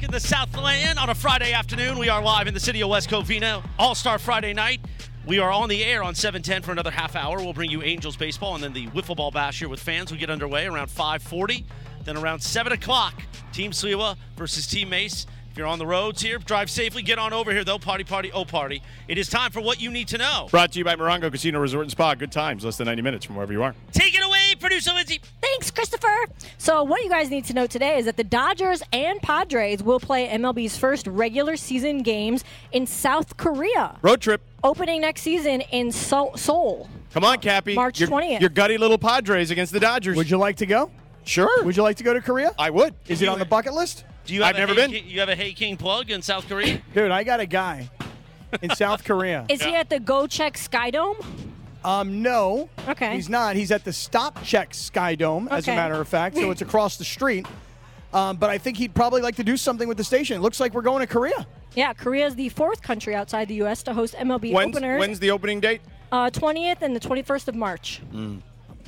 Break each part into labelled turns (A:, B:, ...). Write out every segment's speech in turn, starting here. A: in the Southland on a Friday afternoon. We are live in the city of West Covina, All Star Friday night. We are on the air on 710 for another half hour. We'll bring you Angels baseball and then the wiffle ball bash here with fans. We get underway around 5:40, then around 7 o'clock. Team Sliwa versus Team Mace. If you're on the roads here, drive safely. Get on over here though. Party, party, oh party! It is time for what you need to know.
B: Brought to you by Morongo Casino Resort and Spa. Good times, less than 90 minutes from wherever you are.
A: Take it away, producer Lindsay.
C: Thanks, Christopher. So, what you guys need to know today is that the Dodgers and Padres will play MLB's first regular season games in South Korea,
B: Road trip.
C: opening next season in Seoul. Seoul.
B: Come on, Cappy.
C: March
B: Your-
C: 20th.
B: Your gutty little Padres against the Dodgers.
D: Would you like to go?
B: sure.
D: Would you like to go to Korea?
B: I would.
D: Is it on the bucket list?
A: Do you have
B: I've
A: a
B: never
A: Hey
B: been.
A: King- you have a Hey King plug in South Korea?
D: Dude, I got a guy in South Korea.
C: Is he at the Go Check Sky Dome?
D: Um, no.
C: Okay.
D: He's not. He's at the Stop Check Sky Dome, as a
C: Okay.
D: matter of fact. So it's across the street. Um, but I think he'd probably like to do something with the station. It looks like we're going to Korea.
C: Yeah, Korea is the fourth country outside the U.S. to host MLB
B: When's,
C: openers.
B: when's the opening date?
C: uh, 20th and the 21st of March.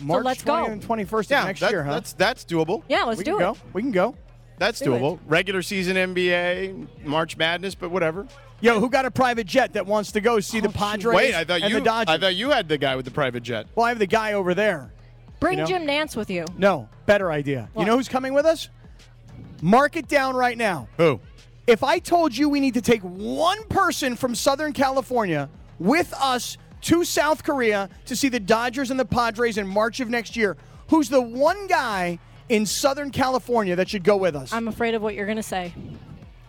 D: March
C: let's go.
D: 20th and 21st of
B: Yeah,
D: next
B: that-
D: year, huh?
B: that's that's doable.
C: Yeah, let's
D: we
C: do
D: can
C: it.
D: go. We can go.
B: That's
C: it.
B: doable. Regular season NBA, March Madness, but whatever.
D: Yo, who got a private jet that wants to go see
C: Oh,
D: the Padres
B: Wait, I thought
D: and
B: you
D: the Dodgers?
B: I thought you had the guy with the private jet.
D: well, I have the guy over there.
C: Bring
D: You know?
C: Jim Nance with you.
D: No, better idea.
C: What?
D: You know who's coming with us? Mark it down right now.
B: Who?
D: If I told you we need to take one person from Southern California with us to South Korea to see the Dodgers and the Padres in March of next year, who's the one guy in Southern California that should go with us?
C: I'm afraid of what you're going to say.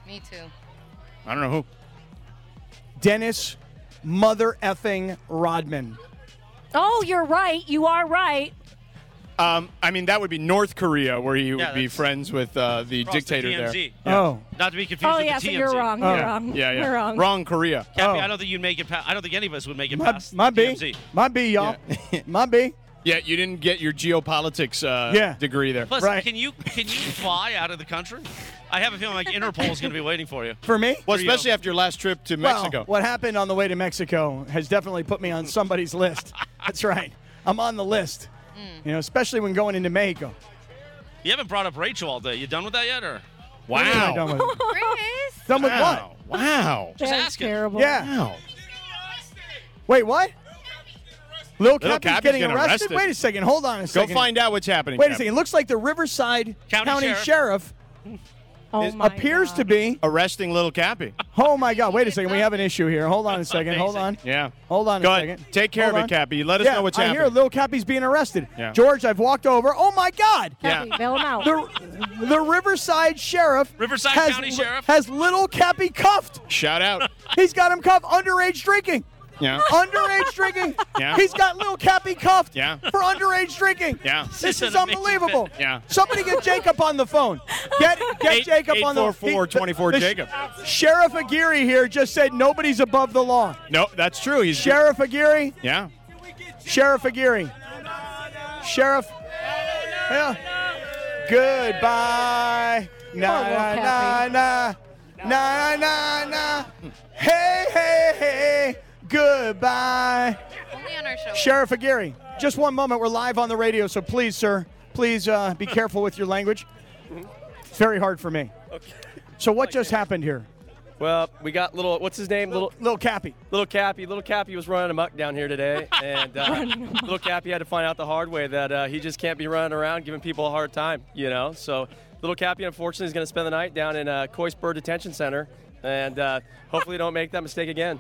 E: Me too.
B: I don't know who.
D: Dennis Mother effing Rodman.
C: Oh, you're right. You are right.
B: Um, I mean, that would be North Korea, where he
A: Yeah,
B: would be
A: that's-
B: friends with uh, the
A: Across the
B: dictator there.
A: TMZ.
D: Oh.
A: Not to be confused
C: Oh,
A: with
C: yeah,
A: the TMZ.
C: so you're wrong. You're wrong.
B: Yeah, yeah.
C: You're wrong.
B: Korea.
A: Cappy,
D: Oh.
A: I don't think you'd make it. Pa- I don't think any of us would make it
D: My,
A: past
D: my B.
A: TMZ.
D: My B, y'all. my B.
B: Yeah, you didn't get your geopolitics uh,
D: Yeah.
B: degree there.
A: Plus,
D: Right.
A: can you can you fly out of the country? I have a feeling like Interpol is going to be waiting for you.
D: For me?
B: Well,
A: Here you go.
B: especially after your last trip to
D: Well,
B: Mexico.
D: what happened on the way to Mexico has definitely put me on somebody's list. That's right. I'm on the list. You know, especially when going into Mexico.
B: Oh.
A: You haven't brought up Rachel all day. You done with that yet, or
D: What am I Done with, it?
E: Chris.
D: Done with
B: wow.
D: what?
B: Wow.
C: That's
A: asking.
C: terrible.
D: Yeah.
B: Wow.
D: Wait, what? Lil Cappy's
B: Cappy's
D: getting
B: getting
D: arrested?
B: arrested.
D: Wait a second. Hold on a
B: Go
D: second.
B: find out what's happening.
D: Wait a
B: Cap.
D: second. It looks like the Riverside
A: County Sheriff.
D: Sheriff,
C: Oh my
D: appears
C: God.
D: to be.
B: Arresting little Cappy.
D: Oh my God! Wait a second. We have an issue here. Hold on a second. Hold on.
A: amazing.
B: Yeah.
D: Hold on
B: Go
D: a
B: ahead.
D: second.
B: Take care
D: Hold
B: of it,
D: on.
B: Cappy. Let us
D: yeah,
B: know what's
D: I
B: happening.
D: hear Lil Cappy's being arrested.
B: Yeah.
D: George, I've walked over. Oh my God!
C: Happy,
B: Yeah.
C: Bail him out.
D: The, the Riverside Sheriff
A: Riverside
D: has,
A: County Sheriff?
D: has little Cappy cuffed.
B: Shout out.
D: He's got him cuffed. Underage drinking.
B: Yeah.
D: Oh, Underage drinking.
B: Yeah.
D: He's got little Cappy cuffed.
B: Yeah.
D: For underage drinking.
B: Yeah.
D: This is
A: Doesn't make
D: unbelievable.
A: sense.
B: Yeah.
D: Somebody get Jacob on the phone. Get get
B: Eight-
D: Jacob on the he-
B: 844-24
D: the- the
B: Jacob.
D: Sheriff Aguirre here just said nobody's above the law.
B: No, that's true. He's
D: Sheriff Aguirre.
B: Yeah.
D: Sheriff Aguirre. Sheriff. Yeah. Goodbye.
C: Poor
D: Na
C: little
D: na na
C: Cappy.
D: na. Na na na. Hey, hey, hey. Goodbye.
E: Only on our show.
D: Sheriff Aguirre, just one moment. We're live on the radio, so please, sir, please uh, be careful with your language. It's very hard for me. Okay. So what just happened here?
F: Well, we got little. What's his name? Little
D: Little Cappy.
F: little Cappy. Little Cappy was running amok down here today, and uh, little Cappy had to find out the hard way that uh, he just can't be running around giving people a hard time. You know, so little Cappy unfortunately is going to spend the night down in uh, Coys Bird Detention Center and uh, hopefully don't make that mistake again.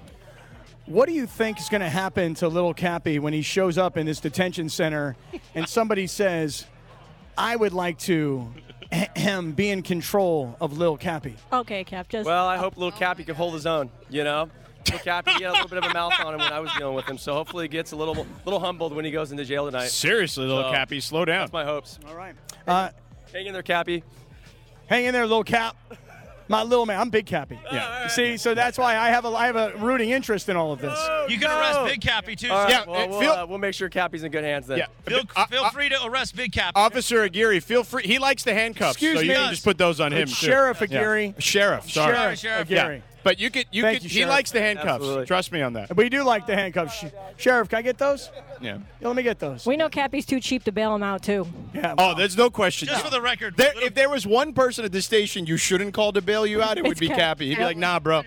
D: What do you think is going to happen to little Cappy when he shows up in this detention center and somebody says, I would like to ahem, be in control of little Cappy?
C: Okay, Cap. Just
F: Well, I hope little Cappy can hold his own. You know, little Cappy he had a little bit of a mouth on him when I was dealing with him, so hopefully he gets a little little humbled when he goes into jail tonight.
B: Seriously, little
F: So-
B: Cappy, slow down.
F: That's my hopes.
D: All right. Uh,
F: Hang in there, Cappy.
D: hang in there, little Cap. My little man, I'm Big Cappy.
B: Yeah.
D: See, so that's why I have a I have a rooting interest in all of this.
A: You can arrest Big Cappy too.
F: All right,
B: Yeah,
F: well,
B: it
F: we'll,
B: feel-
F: uh, we'll make sure Cappy's in good hands then.
B: yeah.
A: Feel,
B: Uh,
A: feel
B: uh,
A: free to arrest Big Cappy.
B: Officer Aguirre, feel free. He likes the handcuffs,
D: Excuse
B: so you
D: me.
B: can just put those on him.
D: It's
B: too.
D: Sheriff
B: Yeah.
D: Aguirre.
B: Sheriff, sorry.
D: Sheriff,
A: Sheriff
D: Aguirre.
B: Yeah. But you could, you
D: Thank
B: could.
D: you,
B: he
D: Sheriff.
B: likes the handcuffs.
F: Absolutely.
B: Trust me on that.
D: We do like the handcuffs. Sh- Sheriff, can I get those?
B: Yeah.
D: Yeah, let me get those.
C: we know Cappy's too cheap to bail him out too.
D: Yeah.
B: Oh, there's no question.
A: Just for the record,
B: There-
A: little-
B: if there was one person at this station you shouldn't call to bail you out, it would
C: It's
B: be
C: Cap-
B: Cappy. He'd be like, "Nah, bro.
E: 100%.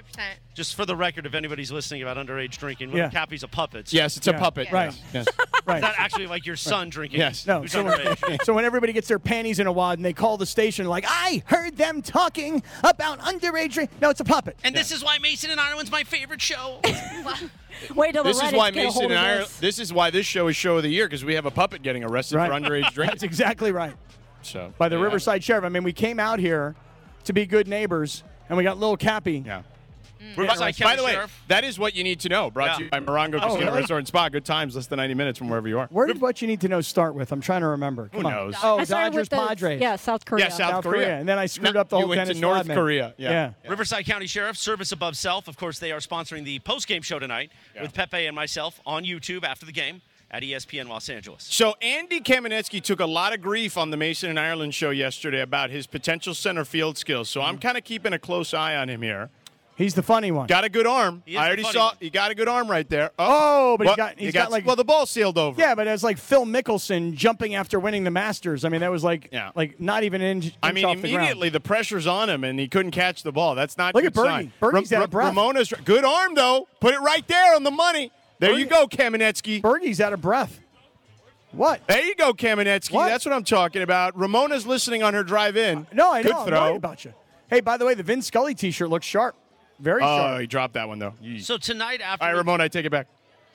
A: just for the record, if anybody's listening about underage drinking, little
D: Yeah.
A: Cappy's a puppet. so
B: Yes, it's a
D: Yeah.
B: puppet.
D: Right.
B: Yes.
D: right.
A: Not actually like your son drinking.
B: Yes.
D: No,
A: Who's
D: so when,
A: underage.
D: so when everybody gets their panties in a wad and they call the station, like, I heard them talking about underage drink. No, it's a puppet.
A: And this is why Mason and Ireland's my favorite show.
C: Wait till
B: This
C: the
B: is
C: Reddit's
B: why
C: get a
B: Mason
C: hold
B: and
C: of
B: I.
C: this.
B: This is why this show is show of the year because we have a puppet getting arrested
D: Right.
B: for underage
D: That's
B: drinking.
D: exactly right.
B: so
D: By the
B: yeah.
D: Riverside Sheriff. I mean, we came out here to be good neighbors, and we got little Cappy.
B: Yeah.
A: Riverside
B: By
A: County
B: the way,
A: Sheriff.
B: that is what you need to know. Brought to
A: Yeah. Oh,
B: you by Morongo Casino
D: really?
B: Resort and Spa. Good times, less than 90 minutes from wherever you are.
D: Where did what you need to know start with? I'm trying to remember. Come on.
B: knows?
D: Oh,
C: I started
D: Dodgers
C: with the,
D: Padres.
C: Yeah, South Korea.
B: yeah, South,
D: South Korea. And then I screwed
B: No,
D: up the
B: you
D: whole
B: went to
D: Dennis
B: North
D: Rodman.
B: Korea. Yeah.
D: Yeah.
A: Riverside County Sheriff, service above self. Of course, they are sponsoring the post-game show tonight with Pepe and myself on YouTube after the game at E ESPN Los Angeles.
B: So Andy Kamenetsky took a lot of grief on the Mason and Ireland show yesterday about his potential center field skills. So
D: Mm.
B: I'm kind of keeping a close eye on him here.
D: He's the funny one.
B: Got a good arm.
A: He is
B: I
A: the
B: already
A: funny
B: saw
A: one.
B: he got a good arm right there.
D: Oh, but he
B: well,
D: got- he's
B: he
D: got like-
B: well the ball sealed over.
D: yeah, but it was like Phil Mickelson jumping after winning the Masters. I mean, that was like
B: Yeah.
D: like not even an inch,
B: I
D: inch
B: mean,
D: off the ground.
B: immediately the, pressure's on him, and he couldn't catch the ball. That's not
D: Look
B: good
D: at Birdie.
B: sign.
D: Birdie's out of breath.
B: Ramona's good arm though. Put it right there on the money. There you go, Kamenetsky.
D: Bergie's out of breath. What?
B: There you go, Kamenetsky.
D: What? Uh,
B: That's what I'm talking about. Ramona's listening on her drive in.
D: No, I know.
B: Good
D: I'm
B: throw.
D: worried about you. Hey, by the way, the Vin Scully T-shirt looks sharp. Very
B: oh,
D: sharp.
B: he dropped that one though. Yeesh.
A: So tonight after
B: All right,
A: we-
B: Ramona, I take it back.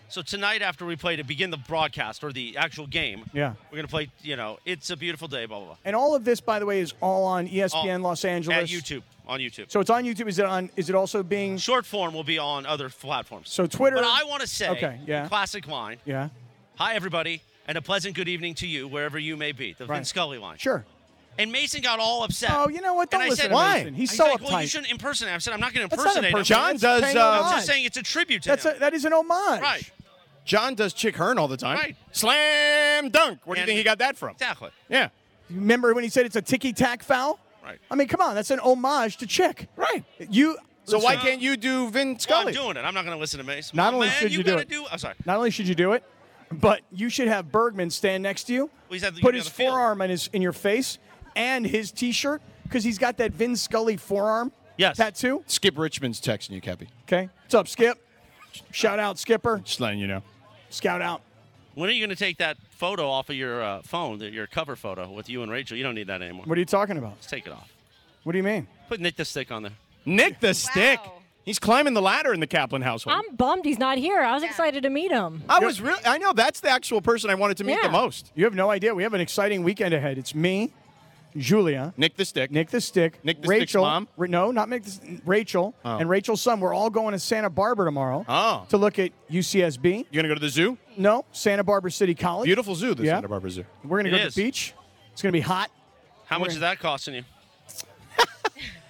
A: So tonight, after we play to begin the broadcast or the actual game,
D: Yeah.
A: we're gonna play. You know, it's a beautiful day. Blah blah blah.
D: And all of this, by the way, is all on E ESPN
A: On-
D: Los Angeles.
A: at YouTube on YouTube.
D: So it's on YouTube. Is it on? Is it also being?
A: Short form will be on other platforms.
D: So Twitter-
A: But I want to say,
D: Okay, yeah.
A: classic line.
D: Yeah.
A: Hi everybody, and a pleasant good evening to you wherever you may be. The Vin
D: Right.
A: Scully line.
D: Sure.
A: And Mason got all upset.
D: Oh, you know what?
A: And
D: Don't
A: I
D: listen
A: said,
D: to Mason. He's so
A: like, Well, you
D: uptight.
A: shouldn't impersonate. him." I said, I'm not going to
D: That's not
A: impersonate him.
D: impersonation.
B: John
D: It's
B: does,
D: paying
B: uh,
D: homage.
A: I'm just saying it's a tribute to
D: That's
A: him.
D: a, that is an homage.
A: right.
B: John does Chick Hearn all the time.
A: Right.
B: Slam dunk. Where do you
A: And-
B: think he got that from?
A: Exactly.
B: Yeah.
D: Remember when he said it's a ticky tack foul?
A: Right.
D: I mean, come on, that's an homage to Chick.
B: Right.
D: You.
B: So why
A: Listen.
B: can't you do Vin
A: Well, I'm
B: Scully?
A: doing it. I'm not going to listen to Mason.
D: Not
A: Well,
D: only
A: man,
D: should
A: you
D: you do
A: gotta
D: it-
A: do. I'm sorry.
D: Not only should you do it, but you should have Bergman stand next to you,
A: he's at the-
D: put
A: he's
D: his
A: on the field.
D: forearm in his in your face, and his T-shirt because he's got that Vin Scully forearm
A: Yes.
D: tattoo.
B: Skip Richmond's texting you, Cappy.
D: Okay, what's up, Skip? Shout out, Skipper.
B: Just letting you know.
D: Scout out.
A: When are you going to take that photo off of your uh, phone, that- your cover photo with you and Rachel? You don't need that anymore.
D: What are you talking about?
A: Just take it off.
D: What do you mean?
A: Put Nick the Stick on there.
B: Nick the stick. He's climbing the ladder in the Kaplan household.
C: I'm bummed he's not here. I was
E: Yeah.
C: excited to meet him.
B: I was really. I know that's the actual person I wanted to meet
C: Yeah.
B: the most.
D: You have no idea. We have an exciting weekend ahead. It's me, Julia,
B: Nick the stick.
D: Nick the Stick,
B: Nick the Stick's
D: Rachel,
B: mom?
D: Ra- no, not Nick, the, S- Rachel, and Rachel's son. We're all going to Santa Barbara tomorrow
B: Oh.
D: to look at UCSB.
B: You gonna go to the zoo?
D: No, Santa Barbara City College.
B: Beautiful zoo, the
D: Yeah.
B: Santa Barbara Zoo.
D: We're gonna
A: It
D: go to
A: is.
D: the beach. It's gonna be hot.
A: How much is that costing you?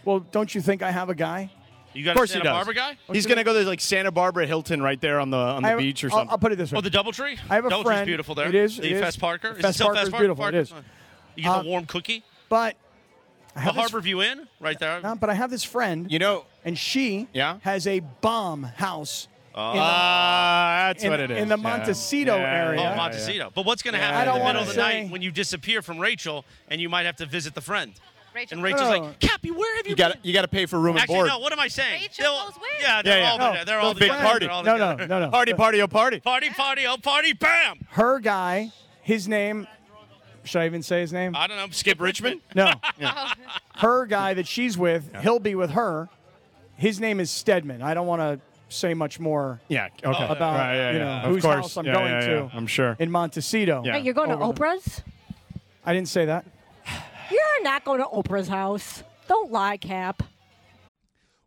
D: Well, don't you think I have a guy?
A: You got
B: Of course
A: a
B: he
A: Santa
B: does.
A: Barbara guy?
D: Oh,
B: He's gonna go to like Santa Barbara Hilton right there on the on the
D: I have-
B: beach or
D: I'll-
B: something.
D: I'll put it this way.
A: Oh, the DoubleTree?
D: I have a
A: DoubleTree's
D: friend.
A: beautiful there.
D: It is-
A: The
D: it is.
A: Fest Parker. Is
D: Fest
A: it still
D: Parker's
A: Fest Parker?
D: beautiful. It is.
A: You get
D: Uh,
A: the warm cookie?
D: but
A: The
D: I have this,
A: Harbor View Inn, right there.
D: uh, but I have this friend,
B: you know.
D: and she
B: Yeah? Uh,
D: has a bomb house. in the-
B: Ah, that's
D: in-
B: what it is.
D: in the Montecito area.
A: Oh,
D: yeah,
A: Montecito. But what's going to
D: I
A: happen in
D: don't
A: the middle
D: wanna
A: of the
D: say-
A: night when you disappear from Rachel and you might have to visit the friend?
E: Rachel.
A: And Rachel's
D: No.
A: like, Cappy, where have you,
B: You got
A: been?
B: you got to pay for room and
A: Actually,
B: board.
A: no, what am I saying?
E: Rachel
A: They'll-
E: goes with.
A: Yeah, they're
B: Yeah,
A: all
B: yeah.
A: there. They're all
B: Big
A: together.
B: party.
A: They're all
D: Oh, No, no,
A: together.
D: no, no.
B: Party, party, oh party!
A: Party, party, oh, party, bam!
D: Her guy, his name. Should I even say his name?
A: I don't know. Skip
B: Skip Richmond.
D: No. Her guy that she's with, he'll be with her. His name is Stedman. I don't want to say much more
B: Yeah. Okay.
D: about
B: Right, yeah,
D: you know,
B: yeah. Of
D: whose
B: course.
D: house I'm
B: Yeah,
D: going
B: yeah,
D: to.
B: yeah. I'm sure.
D: in Montecito.
B: Yeah.
C: Wait, you're going to
D: Over
C: Oprah's?
D: I didn't say that.
C: You're not going to Oprah's house. Don't lie, Cap.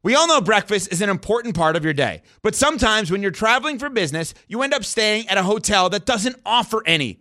G: We all know breakfast is an important part of your day, but sometimes when you're traveling for business, you end up staying at a hotel that doesn't offer any.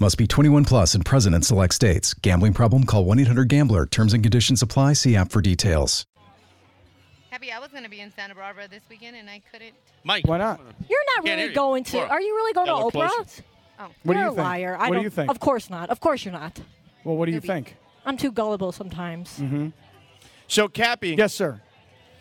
H: Must be 21 plus and present in select states. Gambling problem? Call 1 800 Gambler. Terms and conditions apply. See app for details.
E: Happy, I was going to be in Santa Barbara this weekend and I couldn't.
A: Mike.
D: Why not?
C: You're not
A: Can't hear
C: really
A: you.
C: going to.
A: Laura.
C: Are you really going
B: Yeah,
C: to
B: look closer.
C: Oprah's?
D: What
C: you're
D: do you
C: a
D: think?
C: liar. I
D: What
C: don't,
D: do you think?
C: Of course not. Of course you're not.
D: Well, what do you
E: Maybe.
D: think?
C: I'm too gullible sometimes.
D: Mm-hmm.
B: So, Cappy,
D: Yes, sir.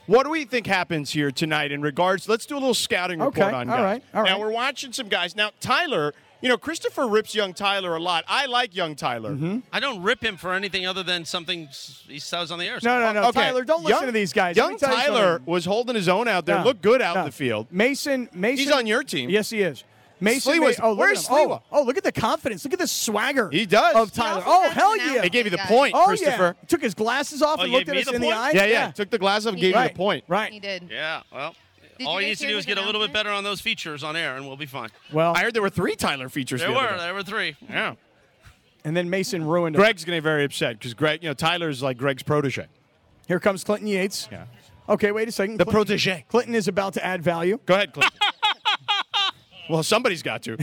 B: what do we think happens here tonight in regards? Let's do a little scouting report
D: Okay,
B: on
D: all
B: guys.
D: right, all
B: now
D: right.
B: we're watching some guys. Now Tyler, you know Christopher rips young Tyler a lot. I like young Tyler.
D: Mm-hmm.
A: I don't rip him for anything other than something s- he says on the air.
D: No, no, no.
B: Okay.
D: Tyler, don't listen
B: Young-
D: to these guys. Let
B: Young
D: me tell you
B: Tyler
D: something.
B: was holding his own out there.
D: No,
B: Looked good out
D: no.
B: in the field.
D: Mason, Mason.
B: He's on your team.
D: Yes, he is. Mason.
B: Sliwa's-
D: oh, look
B: where's
D: at him.
B: Sliwa?
D: Oh, oh, look at the confidence. Look at the swagger.
B: He does.
D: Of
E: He
D: Tyler.
E: also
D: Oh,
E: has
D: hell
E: an
D: yeah.
B: They gave you the
E: guys.
B: point,
D: oh,
B: Christopher.
D: yeah. Took his glasses off
A: Oh,
D: and
A: you
D: looked
A: gave
D: at
A: me
D: us
A: the
D: in the
A: point?
D: eye.
B: Yeah, yeah. Took the glass off and gave you
D: Right,
B: the point.
D: Right.
E: He did.
A: Yeah, well,
E: Did
A: all you
E: you
A: need
E: guys
A: to
E: hear
A: do
E: his
A: is get a little bit
E: announcement?
A: better on those features on air, and we'll be fine.
D: Well,
B: I heard there were three Tyler features.
A: There
B: the other
A: were
B: day.
A: there were three.
B: Yeah.
D: and then Mason ruined him.
B: Greg's gonna be very upset because Greg, you know, Tyler's like Greg's protege.
D: Here comes Clinton Yates.
B: Yeah.
D: Okay, wait a second.
B: The
D: Clinton-
B: protege.
D: Clinton is about to add value.
B: Go ahead, Clint. well, somebody's got to.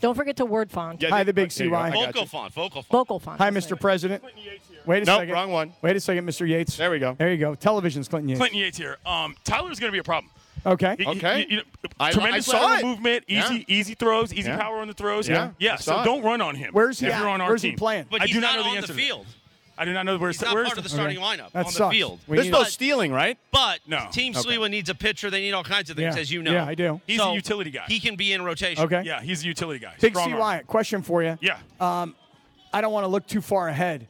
C: Don't forget to word font.
B: Yeah,
D: Hi, the big
B: there you go.
D: CY.
B: I got
A: Vocal
B: you.
A: font, vocal font.
C: Vocal font.
D: Hi, Mr. President. Wait a
B: Nope,
D: second.
B: wrong one.
D: Wait a second, Mr. Yates.
B: There we go.
D: There you go. Television's Clinton Yates.
I: Clinton Yates here. Um, Tyler's going to be a problem.
D: Okay.
I: He- he-
B: Okay.
I: you know,
B: I- I
I: tremendous
B: saw
I: lateral
B: it.
I: movement, easy
B: Yeah.
I: easy throws, easy
B: Yeah.
I: power on the throws.
B: Yeah. I
I: Yeah,
B: saw
I: so
B: it.
I: don't run on him.
D: Where's he
I: If
D: at?
I: you're on our
D: Where's he
I: team.
D: playing?
A: But
I: I
A: he's
I: do not
A: not
I: know the
A: on the,
I: answer to that.
A: field.
I: I do not know where
A: He's not
I: where
A: part
I: is
A: of the
I: he?
A: starting lineup
D: That
A: on
D: sucks.
A: the field.
D: We
B: There's
D: need-
B: no stealing, right?
A: But
I: No.
A: Team
I: Okay.
A: Sliwa needs a pitcher. They need all kinds of things,
D: Yeah.
A: as you know.
D: Yeah, I do.
I: He's a utility guy.
A: He can be in rotation.
D: Okay.
I: Yeah, he's a utility guy.
D: Big
I: Strong
D: C
I: arm.
D: Wyatt, question for you.
I: Yeah.
D: I don't want to look too far ahead,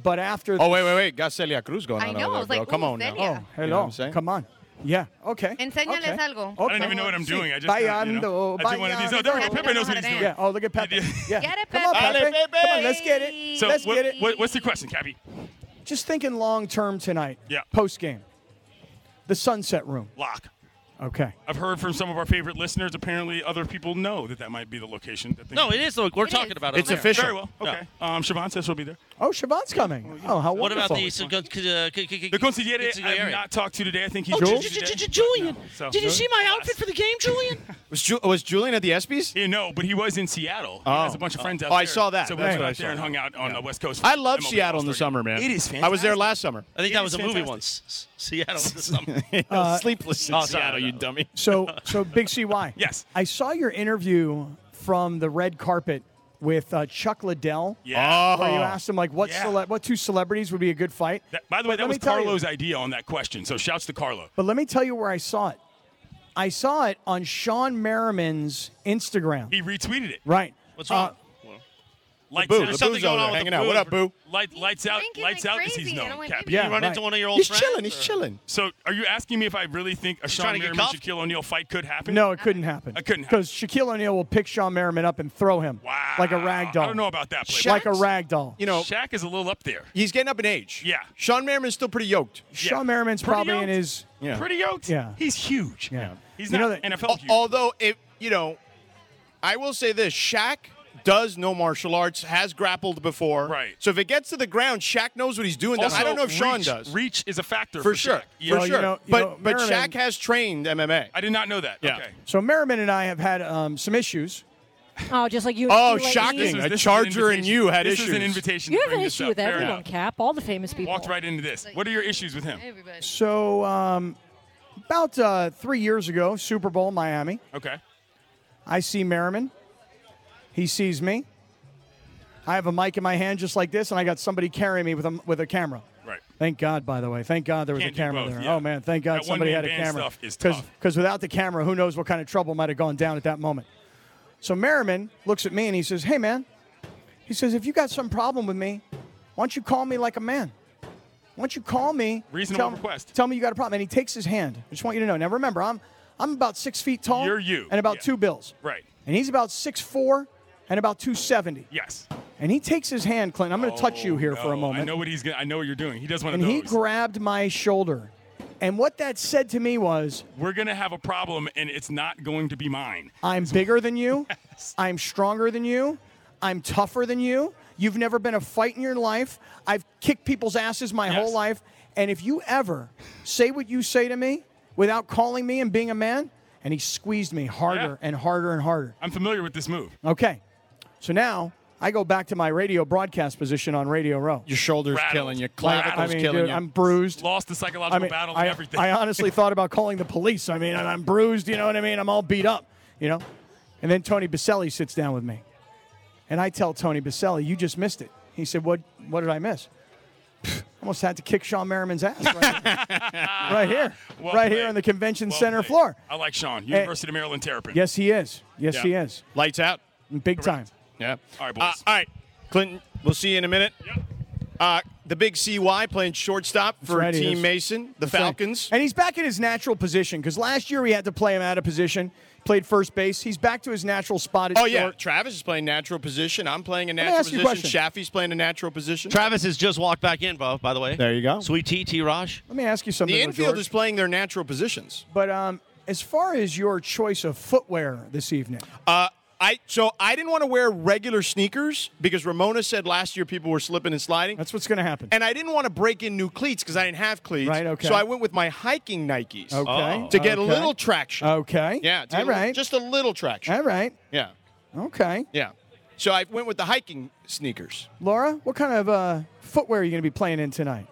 D: but after.
B: Oh wait, wait, wait. Got Celia Cruz going
E: I
B: on.
E: know,
B: Over
E: I
B: there,
E: was
B: bro.
E: like,
B: Come
E: ooh,
B: on now. Oh.
E: Celia. Yeah.
D: hello.
B: You know what I'm saying?
D: Come on. Yeah. Okay.
E: Enséñales
D: okay.
E: algo.
D: Okay.
I: I don't even know what I'm doing. I just uh,
D: Bailando,
I: you know, I do one of these. Oh, there we go.
E: bailando.
I: Pepe knows what he's doing.
D: Yeah. Oh, look at Pepe. Yeah.
E: Get it,
D: Come on,
E: Pepe.
D: Pepe.
B: Dale,
D: Come on, let's get it.
I: So
D: let's
I: what,
D: get it.
I: what- what's the question, Cappy?
D: Just thinking long term tonight.
I: Yeah.
D: Post game. The sunset room.
I: Lock.
D: Okay.
I: I've heard from some of our favorite listeners. Apparently, other people know that that might be the location. That they-
A: No, it is. Look, we're
E: It
A: talking
E: is.
A: about it.
B: It's
A: on the air.
B: official.
I: Very well. Okay. Um, Siobhan says she'll be there.
D: Oh, Siobhan's coming. Oh, how wonderful.
A: What about the uh, c- c- c-
I: The consigliere I have
A: consigliere?
I: not talked to today. I think he's
A: Oh,
I: busy
A: Ju- Ju-
I: today.
A: Ju- Ju- Julian,
I: No, so-
A: did you see my outfit for the game, Julian?
B: Was, Ju- was Julian at the ESPYS?
I: Yeah, no, but he was in Seattle.
B: Oh.
I: He has a bunch of friends out
B: Oh,
I: there.
B: I saw that.
I: So we
B: That's
I: went
B: what I
I: out there
B: saw.
I: and hung out on the West Coast.
B: I love
I: MLB
B: Seattle in the
I: All-Star
B: summer,
I: game.
B: man.
I: It is fantastic.
B: I was there last summer.
A: I think
I: It
A: that
I: is
A: was a movie
I: fantastic.
A: once. S- Seattle in the summer.
I: Uh,
B: Sleepless in
A: oh, sorry,
B: Seattle,
A: no,
B: you
A: no.
B: dummy.
D: So, so Big CY.
I: Yes.
D: I saw your interview from the red carpet with uh, Chuck Liddell.
I: Yeah. Oh.
D: Where you asked him like, what
I: Yeah.
D: cele- what two celebrities would be a good fight?
I: That- by the way,
D: But
I: that
D: let me
I: was
D: tell you-
I: Carlo's idea on that question. So shouts to Carlo.
D: But let me tell you where I saw it. I saw it on Sean Merriman's Instagram.
I: He retweeted it.
D: right.
A: What's
D: Uh,
A: wrong?
I: Lights
B: Boo.
I: out.
B: There's something Boo's going over on there with hanging the out. What Boo. up, Boo?
I: Light, lights out. Lights out because he's known. Cap.
B: "Baby, Yeah,
I: you run
B: right.
I: into one of your old
B: He's
I: friends.
B: chilling, he's chilling.
I: So, are you asking me if I really think a
B: trying
I: Sean
B: to get
I: Merriman,
B: cuffed?
I: Shaquille O'Neal fight could happen?
D: No, it couldn't happen.
I: It couldn't
D: Because Shaquille O'neal will pick Sean Merriman up and throw him like a rag doll.
I: I don't know about that play.
D: Like a rag doll.
I: You know, Shaq is a little up there.
B: He's getting up in age.
I: Yeah.
B: Sean Merriman's still pretty yoked.
D: Sean Merriman's
B: Pretty
D: probably in
B: yoked.
D: his
B: Yeah.
I: Pretty yoked.
D: Yeah.
I: He's huge.
D: Yeah.
I: He's
D: You know
I: not
D: that-
I: NFL huge.
B: Although, if you know, I will say this: Shaq does know martial arts, has grappled before. Right. So if it gets to the ground, Shaq knows what he's doing.
I: Also,
B: I don't know if Sean
I: reach-
B: does.
I: Reach is a factor
B: for,
I: for
B: sure.
I: Shaq. Yeah.
B: For
I: Well, you
B: sure.
I: know- you
B: but
I: know,
B: but
I: Merriman-
B: Shaq has trained MMA.
I: I did not know that.
B: Yeah.
I: Okay.
D: So Merriman and I have had um, some issues.
C: Oh, just like you.
D: Oh,
C: you ladies.
D: shocking.
I: This is-
D: A
I: this is an
D: Charger and
I: invitation.
D: you had
I: this This is an
D: issues.
I: invitation.
C: You
I: to
C: have
I: bring
C: an
I: this
C: issue
I: up.
C: with
I: Fair
C: everyone,
I: enough.
C: Cap. All the famous people.
I: Walked right into this. What are your issues with him?
D: So um, about uh, three years ago, Super Bowl Miami,
I: Okay.
D: I see Merriman. He sees me. I have a mic in my hand just like this, and I got somebody carrying me with a, with a camera.
I: Right.
D: Thank God, by the way. Thank God there was
I: Can't
D: a
I: do
D: camera
I: both,
D: there.
I: yeah.
D: Oh, man. Thank God
I: That
D: somebody had
I: one-man
D: a
I: band
D: camera.
I: stuff is tough.
D: Because without the camera, who knows what kind of trouble might have gone down at that moment. So Merriman looks at me and he says, Hey, man. He says, If you got some problem with me, why don't you call me like a man? Why don't you call me?
I: Reasonable
D: tell-
I: request.
D: Tell me you got a problem. And he takes his hand. I just want you to know. Now, remember, I'm, I'm about six feet tall.
I: You're you.
D: And about
I: Yeah.
D: two bills.
I: Right.
D: And he's about 6'4 and about 270.
I: Yes.
D: And he takes his hand, Clint. I'm going to touch you here for a
I: Oh,
D: moment.
I: I know what he's. Gonna, I know what you're doing. He does one of
D: and
I: those.
D: he grabbed my shoulder. And what that said to me was,
I: We're gonna have a problem, and it's not going to be mine.
D: I'm bigger than you. I'm stronger than you. I'm tougher than you. You've never been a fight in your life. I've kicked people's asses my whole life. And if you ever say what you say to me without calling me and being a man, and he squeezed me harder and harder and harder.
I: I'm familiar with this move.
D: Okay. So now I go back to my radio broadcast position on Radio Row.
B: Your shoulders killing you. Clavicles
D: I mean,
B: killing
D: dude,
B: you.
D: I'm bruised.
I: Lost the psychological
D: I mean,
I: battle
D: I,
I: and everything.
D: I honestly thought about calling the police. I mean, I'm, I'm bruised, you know what I mean? I'm all beat up, you know? And then Tony Baselli sits down with me. And I tell Tony Baselli, you just missed it. He said, what, what did I miss? Almost had to kick Sean Merriman's ass right, right here,
I: Well
D: right
I: played.
D: here on the convention
I: Well
D: center
I: played.
D: floor.
I: I like Sean, University of Maryland Terrapin.
D: Yes, he is. Yes,
I: Yeah.
D: he is.
B: Lights out.
D: Big time.
B: Yeah.
I: All right, boys.
B: Uh, all right, Clinton. We'll see you in a minute. Uh, the big CY playing shortstop for
D: right, he
B: Team
D: is.
B: Mason, the
D: That's right.
B: Falcons.
D: And he's back in his natural position because last year we had to play him out of position, played first base. He's back to his natural spot. at
B: Oh yeah,
D: short.
B: Travis is playing natural position. I'm playing a
D: me
B: natural
D: ask you
B: position.
D: a
B: Shafi's playing a natural position.
A: Travis has just walked back in, Bo, by the way.
D: There you go.
A: Sweet tea, T. Raj.
D: Let me ask you something.
B: The
D: though,
B: infield
D: George.
B: is playing their natural positions.
D: But um, as far as your choice of footwear this evening,
B: Uh, I so I didn't want to wear regular sneakers because Ramona said last year people were slipping and sliding.
D: that's what's going to happen.
B: and I didn't want to break in new cleats because I didn't have cleats.
D: Right, okay.
B: So I went with my hiking
D: Okay,
B: Nikes. Oh. To get a
D: okay.
B: little traction.
D: Okay.
B: Yeah. to get
D: All
B: a little-
D: right.
B: Just a little traction.
D: All right.
B: Yeah.
D: Okay.
B: Yeah. So I went with the hiking sneakers.
D: Laura, what kind of uh, footwear are you going to be playing in tonight?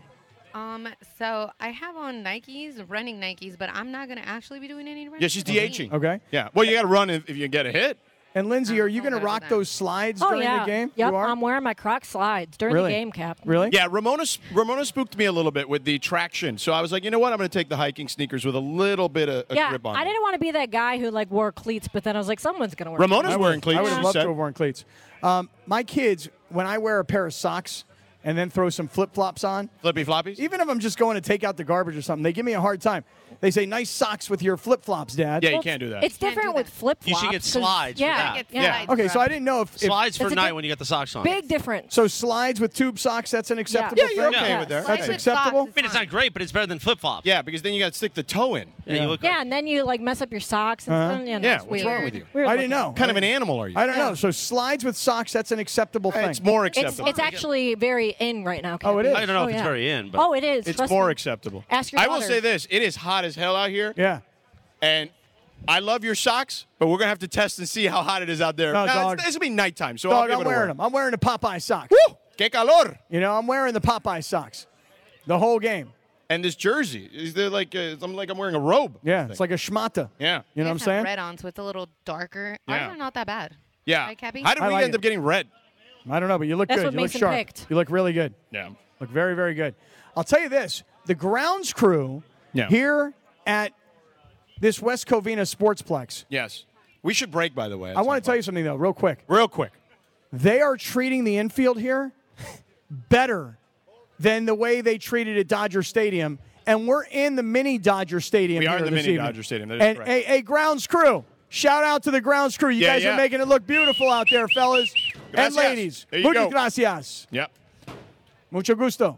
E: Um, so I have on Nikes, running Nikes, but I'm not gonna actually be doing any running.
B: Yeah, she's DHing.
D: Okay.
B: Yeah. Well, you got to run if, if you get a hit.
D: And Lindsay, are you going to rock those slides during
C: Oh, yeah.
D: the game?
C: Yep,
D: You are.
C: I'm wearing my Croc slides during
D: Really?
C: the game, Cap.
D: Really?
B: Yeah, Ramona Ramona spooked me a little bit with the traction, so I was like, you know what, I'm going to take the hiking sneakers with a little bit of a
C: yeah,
B: grip on.
C: I
B: them.
C: didn't want to be that guy who like wore cleats, but then I was like, someone's gonna wear.
B: Ramona's
C: cleats.
D: I
B: wearing
D: would-
B: cleats.
D: I would have
B: she
D: loved
B: said.
D: to have worn cleats. Um, my kids, when I wear a pair of socks and then throw some flip flops on,
B: Flippy floppies.
D: even if I'm just going to take out the garbage or something, they give me a hard time. They say, "Nice socks with your flip flops, Dad."
B: Yeah, you can't do that.
C: It's different with flip
A: You
C: flops.
A: should get slides for
C: Yeah,
A: that.
C: yeah.
A: Yeah.
D: Ah, Okay, so I didn't know if, if-
A: Slides for
C: It's a
A: night
C: big-
A: when you get the socks on.
C: Big difference.
D: so slides with tube socks. That's an acceptable
B: Yeah, you're
D: thing.
B: okay
C: Yeah.
B: with that.
C: Slides
D: That's
C: with
D: acceptable.
A: I mean, it's not great, but it's better than flip flops.
B: Yeah, because then you got to stick the toe in.
A: Yeah, you look
C: Yeah, and then you like mess up your socks. And
D: Uh-huh.
C: you know,
B: Yeah,
C: it's
B: what's
C: weird.
B: wrong with you?
C: Weird
D: I didn't
C: looking.
D: know.
B: Kind of an animal are you?
D: I don't know. So slides with socks. That's an acceptable thing.
B: it's more
C: It's,
B: acceptable.
C: it's actually very in right now.
D: Oh, it
C: Cap.
D: is?
A: I don't know if it's
C: yeah.
A: very in, but
C: Oh, it is.
B: It's
C: Trust
B: more
C: me.
B: acceptable.
C: Ask your
B: I will
C: daughter.
B: say this: it is hot as hell out here,
D: Yeah.
B: and I love your socks, but we're gonna have to test and see how hot it is out there.
D: No,
B: Now,
D: dog.
B: it's, it's gonna be nighttime, so I'll
D: Dog,
B: give
D: I'm
B: it a
D: wearing
B: whirl.
D: them. I'm wearing the Popeye socks.
B: Woo! Que calor!
D: You know, I'm wearing the Popeye socks, the whole game.
B: And this jersey is there like a, I'm like I'm wearing a robe.
D: Yeah, it's like a schmata.
B: Yeah.
D: You know what I'm saying?
E: Red on, so it's a little darker.
B: Yeah.
E: Ours are not that bad.
B: Yeah.
E: Right, Cappy?
B: How did
D: I
B: we
D: like
B: end
D: it.
B: up getting red?
D: I don't know, but you look
C: That's
D: good.
C: what
D: you look
C: Mason
D: sharp.
C: picked.
D: You look really good.
B: Yeah.
D: Look very, very good. I'll tell you this the grounds crew
B: Yeah.
D: here at this West Covina Sportsplex.
B: Yes. We should break, by the way.
D: I want to tell you something, though, real quick.
B: real quick.
D: They are treating the infield here better than the way they treated at Dodger Stadium. And we're in the mini Dodger Stadium.
B: We are
D: here
B: the
D: this
B: mini
D: evening.
B: Dodger Stadium. That is
D: And
B: correct.
D: hey, hey, grounds crew. Shout out to the grounds crew. You
B: Yeah,
D: guys
B: yeah.
D: are making it look beautiful out there, fellas and
B: Gracias.
D: ladies.
B: There you
D: Muchas
B: go.
D: gracias.
B: Yep.
D: Mucho gusto.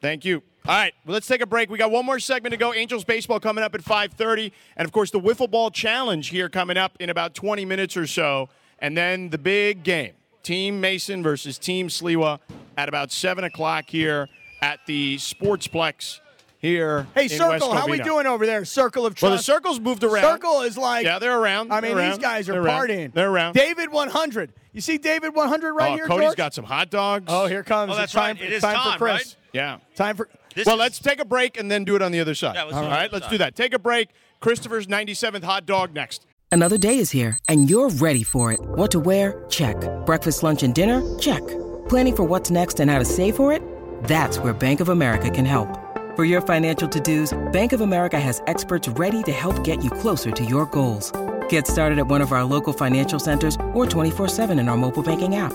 B: Thank you. All right, well, let's take a break. We got one more segment to go. Angels baseball coming up at 5:30, and of course the wiffle ball challenge here coming up in about 20 minutes or so, and then the big game, Team Mason versus Team Sliwa, at about seven o'clock here at the Sportsplex here.
D: Hey,
B: in West
D: Circle, how we
B: Covina.
D: doing over there? Circle of Trust.
B: Well, the circle's moved around.
D: Circle is like.
B: Yeah, they're around.
D: I mean,
B: They're
D: these
B: around.
D: guys are
B: They're around.
D: partying.
B: They're around.
D: David 100. You see David 100 right
B: oh,
D: here,
B: Cody's
D: George?
B: got some hot dogs.
D: Oh, here comes.
A: Oh, that's
D: It's time
A: right.
D: for-
A: It
D: it's
A: is
D: time, for
A: time,
D: Chris.
A: right?
B: Yeah.
D: Time for.
A: This
B: well,
A: is-
B: let's take a break and then do it on the other side.
A: Yeah, let's
B: All
A: do it on
B: right,
A: the
B: let's
A: side.
B: do that. Take a break. Christopher's 97th hot dog next.
J: Another day is here, and you're ready for it. What to wear? Check. Breakfast, lunch, and dinner? Check. Planning for what's next and how to save for it? That's where Bank of America can help. For your financial to dos, Bank of America has experts ready to help get you closer to your goals. Get started at one of our local financial centers or 24-7 in our mobile banking app.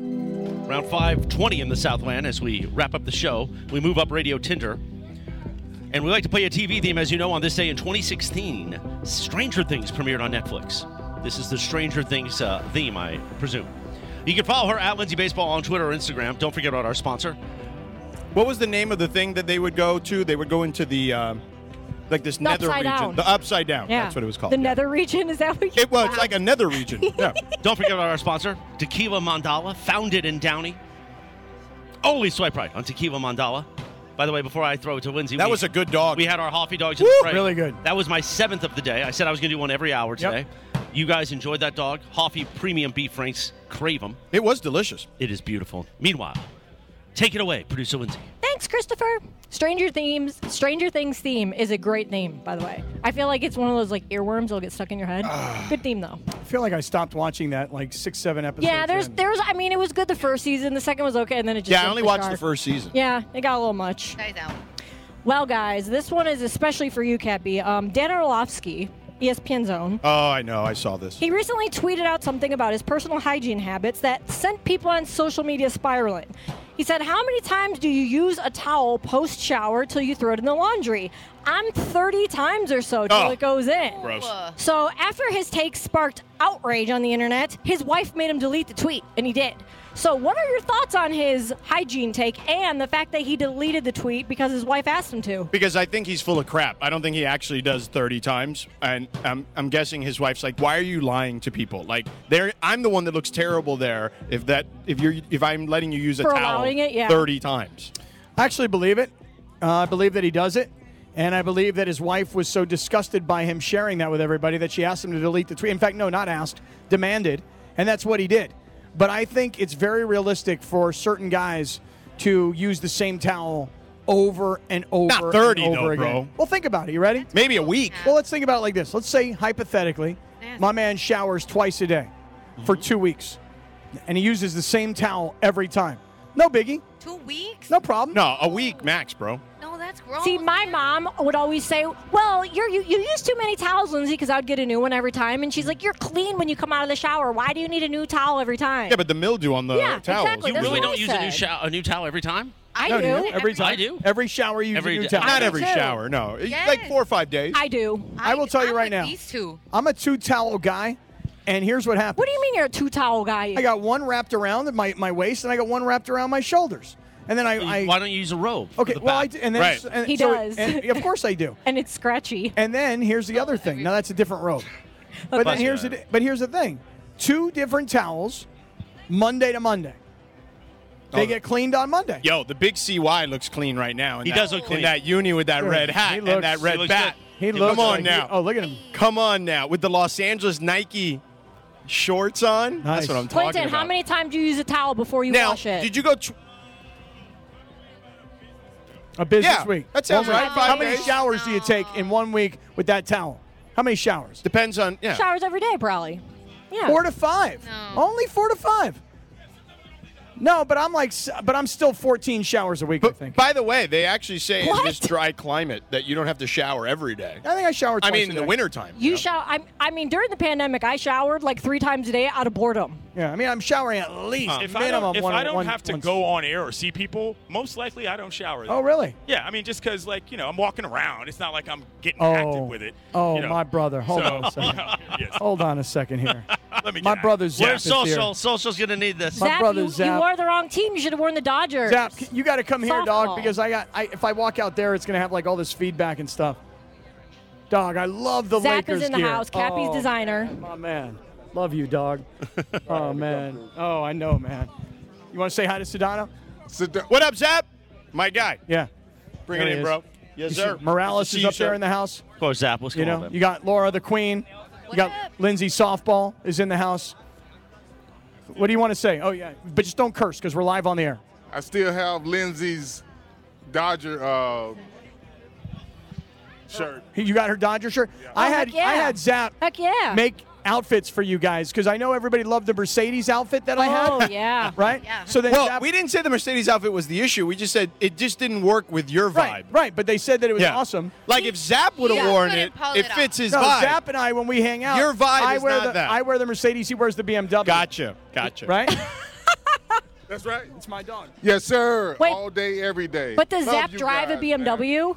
A: Around 5:20 in the Southland as we wrap up the show, we move up Radio Tinder. And we like to play a TV theme as you know on this day in 2016, Stranger Things premiered on Netflix. This is the Stranger Things uh, theme, I presume. You can follow her at Lindsay Baseball on Twitter or Instagram. Don't forget about our sponsor.
B: What was the name of the thing that they would go to? They would go into the um, like this
C: The
B: nether
C: upside
B: region,
C: down.
B: the upside down.
C: Yeah.
B: That's what it was called.
C: The
B: yeah.
C: nether region is that what you
B: It was like a nether region. Yeah.
A: Don't forget about our sponsor, Tequila Mandala, founded in Downey. Always swipe right on Tequila Mandala. By the way, before I throw it to Lindsay,
B: That
A: we-
B: was a good dog.
A: We had our Hoffy dogs in
B: Woo!
A: the break.
B: Really good.
A: That was my seventh of the day. I said I was going to do one every hour today. You guys enjoyed that dog. Hoffy Premium Beef Franks. Crave them.
B: It was delicious.
A: It is beautiful. Meanwhile, take it away, producer Lindsay.
C: Thanks, Christopher. Stranger themes, Stranger Things theme is a great theme, by the way. I feel like it's one of those like earworms that'll get stuck in your head.
D: Ah,
C: good theme though.
D: I feel like I stopped watching that like six, seven episodes.
C: Yeah, there's
D: in.
C: there's I mean it was good the first season, the second was okay, and then it just
D: Yeah, I
C: jumped
D: only watched the
C: shark.
D: first season.
C: Yeah, it got a little much. Well, guys, this one is especially for you, Cappy. Um, Dan Orlovsky, E ESPN Zone.
B: Oh, I know. I saw this.
C: He recently tweeted out something about his personal hygiene habits that sent people on social media spiraling. He said, How many times do you use a towel post shower till you throw it in the laundry? I'm 30 times or so till
K: Oh.
C: it goes in.
K: Gross.
C: So after his take sparked outrage on the internet, his wife made him delete the tweet, and he did. So, what are your thoughts on his hygiene take and the fact that he deleted the tweet because his wife asked him to?
B: Because I think he's full of crap. I don't think he actually does 30 times. And I'm, I'm guessing his wife's like, "Why are you lying to people? Like, there, I'm the one that looks terrible there. If that, if you're, if I'm letting you use a
D: For
B: towel
D: allowing it, yeah.
B: 30 times."
D: I actually believe it. Uh, I believe that he does it. And I believe that his wife was so disgusted by him sharing that with everybody that she asked him to delete the tweet. In fact, no, not asked, demanded. And that's what he did. But I think it's very realistic for certain guys to use the same towel over and over
B: Not 30
D: and over
B: though,
D: again.
B: bro.
D: Well, think about it. You ready?
B: Maybe a week.
D: Well, let's think about it like this. Let's say, hypothetically, my man showers twice a day
A: Mm-hmm.
D: for two weeks, and he uses the same towel every time. No biggie.
E: Two weeks?
D: No problem.
B: No, a week max, bro.
E: No, that's gross.
C: See, my mom would always say, "Well, you're, you you use too many towels, Lindsay, because I would get a new one every time." And
D: Mm-hmm.
C: she's like, "You're clean when you come out of the shower. Why do you need a new towel every time?"
B: Yeah, but the mildew on the
C: Yeah,
B: towels.
C: exactly.
A: You
C: That's
A: really don't
C: what I
A: use a new, sho-
C: said.
A: a new towel every time?
C: I
D: No,
C: do.
D: dude, Every time.
A: I do.
D: Every shower you use
A: Every
D: a
A: day.
D: new towel.
A: Not every I do. shower,
B: no.
A: Yes.
B: Like four or five days.
C: I do.
D: I, will tell you right now. I'm a two towel guy, and here's what happened.
C: What do you mean you're a two towel guy?
D: I got one wrapped around my, my waist, and I got one wrapped around my shoulders. And then I, I
A: Why don't you use a robe?
D: Okay, well, I d- and then
A: Right.
D: and
C: He
D: so-
C: does.
D: and- of course, I do.
C: and it's scratchy.
D: And then here's the other thing. Now that's a different rope. But then
C: Okay.
D: here's the, di- but here's the thing: two different towels, Monday to Monday.
B: Oh.
D: They get cleaned on Monday.
B: Yo, the big CY looks clean right now. in
D: He
B: that-
D: does look clean.
B: In that uni with that
D: Sure.
B: red hat
D: He
B: and
D: looks-
B: that
D: he
B: red
D: looks good.
B: bat.
D: He looks
B: Come on
D: like he-
B: now.
D: oh, look at him.
B: Come on now. With the Los Angeles Nike shorts on. That's what I'm talking
C: Clinton,
B: about.
C: how many times do you use a towel before you
B: now,
C: wash it?
B: did you go tw-
D: A business
B: Yeah,
D: week.
B: that sounds
D: One week.
B: right. Five
D: How many
B: days.
D: showers do you take in one week with that towel? How many showers?
B: Depends on yeah.
C: Showers every day, probably. Yeah.
D: Four to five. Only four to five. No, but I'm like, s- but I'm still 14 showers a week. I think.
B: By the way, they actually say in this dry climate that you don't have to shower every day.
D: I think I shower.
B: I
D: twice
B: mean,
D: a
B: in the
D: day.
B: wintertime.
C: You shower. I, I mean, during the pandemic, I showered like three times a day out of boredom.
D: Yeah, I mean, I'm showering at least
I: if I
D: minimum
I: don't, if
D: one.
I: I don't
D: one-
I: have to
D: once.
I: go on air or see people, most likely I don't shower.
D: Oh,
I: then.
D: really?
I: Yeah, I mean, just because like you know I'm walking around, it's not like I'm getting
D: Oh,
I: active with it.
D: oh,
I: you know.
D: my brother. Hold
I: So,
D: on a second.
I: yes.
D: Hold on a second here.
I: Let me
D: my
I: get
D: brother
I: active.
D: Zap
A: Where's
D: is
A: social?
D: here.
A: Social's gonna need this.
D: My
C: Zap,
D: brother
C: you,
D: Zap.
C: you wore the wrong team. You should have worn the Dodgers.
D: Zap, you got to come here, dog,
C: Softball.
D: because I got. I, if I walk out there, it's gonna have like all this feedback and stuff. Dog, I love the
C: Zap
D: Lakers
C: is in the
D: gear.
C: house. Cappy's
D: Oh,
C: designer.
D: My man, love you, dog. oh man. Oh, I know, man. You want to say hi to Sedano?
B: What up, Zap? My guy.
D: Yeah.
B: Bring
D: There
B: it
D: he
B: in,
D: is.
B: bro.
D: You
B: Yes,
D: see
B: sir.
D: Morales
B: See
D: is
B: you,
D: up there
B: sir.
D: in the house.
A: Go Zap. What's
D: You
A: going on?
D: know,
A: man?
D: you got Laura the Queen. You got Lindsay Softball is in the house. What do you want to say? Oh yeah, but just don't curse because we're live on the air.
K: I still have Lindsay's Dodger uh, shirt.
D: He- You got her Dodger shirt. I
K: Oh,
D: had
K: heck yeah.
D: I had Zap
C: Heck yeah.
D: make outfits for you guys because I know everybody loved the Mercedes outfit that I had.
C: Oh, yeah.
D: right. So then
B: well,
D: Zap,
B: we didn't say the Mercedes outfit was the issue. We just said it just didn't work with your vibe.
D: right, right, but they said that it was awesome.
B: Like if Zap would have
D: Yeah.
B: worn
D: Couldn't
B: it,
D: pull
B: it,
D: it off.
B: fits his
D: No,
B: vibe.
D: Zap and I when we hang out,
B: Your vibe
D: I
B: is
D: wear
B: not
D: the,
B: that.
D: I wear the Mercedes. He wears the BMW.
B: Gotcha. Gotcha.
D: Right.
K: That's right.
D: It's my dog.
K: Yes, sir.
C: Wait.
K: All day, every day.
C: But does
K: Love
C: Zap
K: you
C: drive
K: guys,
C: a BMW?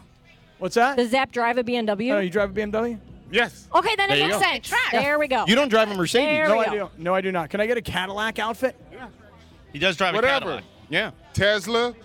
D: What's that?
C: Does Zap drive a BMW?
D: Oh, you drive a BMW?
K: Yes.
C: Okay, then
D: There
C: it
D: you
C: makes
D: go.
C: sense. There we go.
D: don't drive a Mercedes.
C: There
D: no,
C: we
D: I
C: go.
D: do. No, I do not. Can I get a Cadillac outfit?
A: He does drive a
K: Whatever.
A: Cadillac.
B: Yeah.
K: Tesla.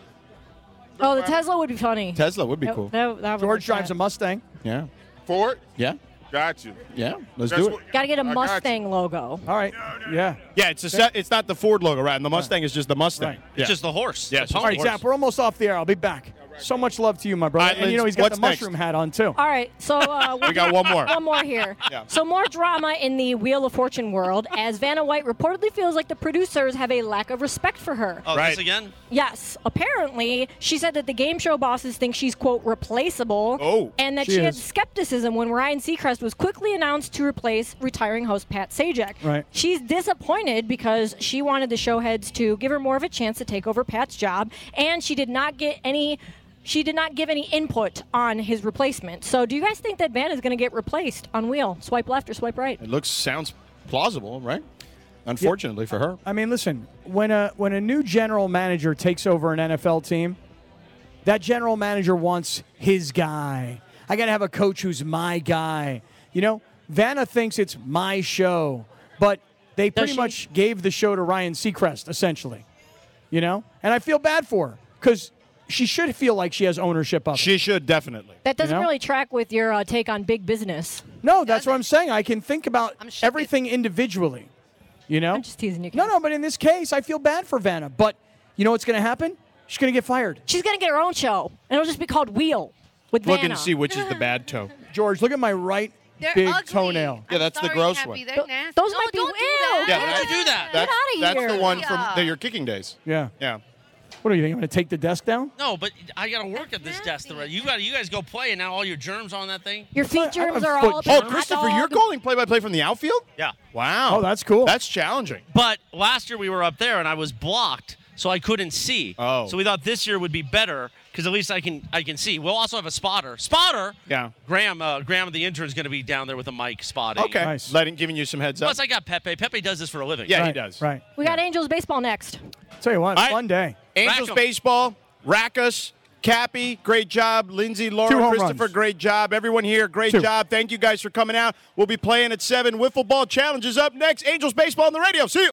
C: Oh, the Tesla would be funny.
B: Tesla would be
C: That-
B: cool.
C: that- that would
D: George
C: be
D: drives a
C: fun.
D: Mustang.
B: Yeah.
K: Ford.
B: Yeah.
K: Got you.
B: Yeah. Let's
K: That's
B: do it.
K: what-
C: Got to get a
K: I got
C: Mustang logo.
D: All right. Yeah.
B: Yeah, it's a, se- it's not the Ford logo, right? And the Mustang is just the Mustang.
D: Right.
B: Yeah.
A: It's just the horse.
B: Yeah,
A: The
B: it's just
D: All
A: pony.
D: right, Zap, we're almost off the air. I'll be back. So much love to you, my brother.
B: All right,
D: and you know
B: Linz,
D: he's got the
B: what's next?
D: mushroom hat on too.
C: All right, so uh,
B: We got one more.
C: One more here.
B: Yeah.
C: So more drama in the Wheel of Fortune world as Vanna White reportedly feels like the producers have a lack of respect for her.
A: Oh,
B: Right.
A: this again?
C: Yes, apparently she said that the game show bosses think she's quote replaceable.
B: Oh,
C: and that
D: she
C: she, had
D: is.
C: skepticism when Ryan Seacrest was quickly announced to replace retiring host Pat Sajak.
D: Right.
C: She's disappointed because she wanted the show heads to give her more of a chance to take over Pat's job, and she did not get any. She did not give any input on his replacement. So, do you guys think that Van is going to get replaced on Wheel? Swipe left or swipe right?
B: It looks sounds plausible, right? Unfortunately for her.
D: I mean, listen, when a when a new general manager takes over an NFL team, that general manager wants his guy. I got to have a coach who's my guy. You know, Vanna thinks it's my show, but they pretty
C: she?
D: much gave the show to Ryan Seacrest essentially. You know, and I feel bad for her because she should feel like she has ownership of it.
B: She should definitely.
C: That doesn't
D: You know?
C: really track with your uh, take on big business.
D: No, that's what I'm saying. I can think about everything individually. You know?
C: I'm just teasing you.
D: No, no, but in this case, I feel bad for Vanna. But you know what's going to happen? She's going to get fired.
C: She's going to get her own show, and it'll just be called Wheel with
B: Looking
C: Vanna.
B: to see which is the bad toe.
D: George, look at my right
E: They're
D: big
E: ugly.
D: toenail.
B: Yeah, that's the gross one.
E: They're nasty.
C: Those
E: No,
C: might be
E: don't do
C: Wheel.
B: Yeah,
C: Why
B: that-
C: would you do that?
B: That's,
C: Get out of
B: that's
C: here.
B: the one from the, your kicking days.
D: Yeah.
B: Yeah.
D: What do you think? I'm going to take the desk down?
A: No, but I gotta work at this desk. The rest. You got you guys go play, and now all your germs on that thing.
C: Your feet
D: I have
C: germs
D: a
C: are
D: foot
C: all. up in
B: Oh,
C: the hot
B: Christopher,
C: dog.
B: you're calling play-by-play from the outfield?
A: Yeah.
B: Wow.
D: Oh, that's cool.
B: That's challenging.
A: But last year we were up there, and I was blocked, so I couldn't see.
B: Oh.
A: So we thought this year would be better because at least I can I can see. We'll also have a spotter. Spotter.
B: Yeah.
A: Graham, uh, Graham, the intern is going to be down there with a mic spotting.
B: Okay.
D: Nice.
B: Letting giving you some heads up.
A: Plus, I got Pepe. Pepe does this for a living.
B: Yeah, he
D: right,
B: does.
D: Right.
C: We got Angels baseball next.
D: Tell you what,
B: All right.
D: fun day.
A: Rack
B: Angels
A: 'em.
B: baseball, rack us. Cappy, great job. Lindsay, Laura,
D: Two home
B: Christopher,
D: runs.
B: great job. Everyone here, great
D: Two.
B: job. Thank you guys for coming out. We'll be playing at 7. Wiffle Ball Challenge is up next. Angels Baseball on the radio. See you.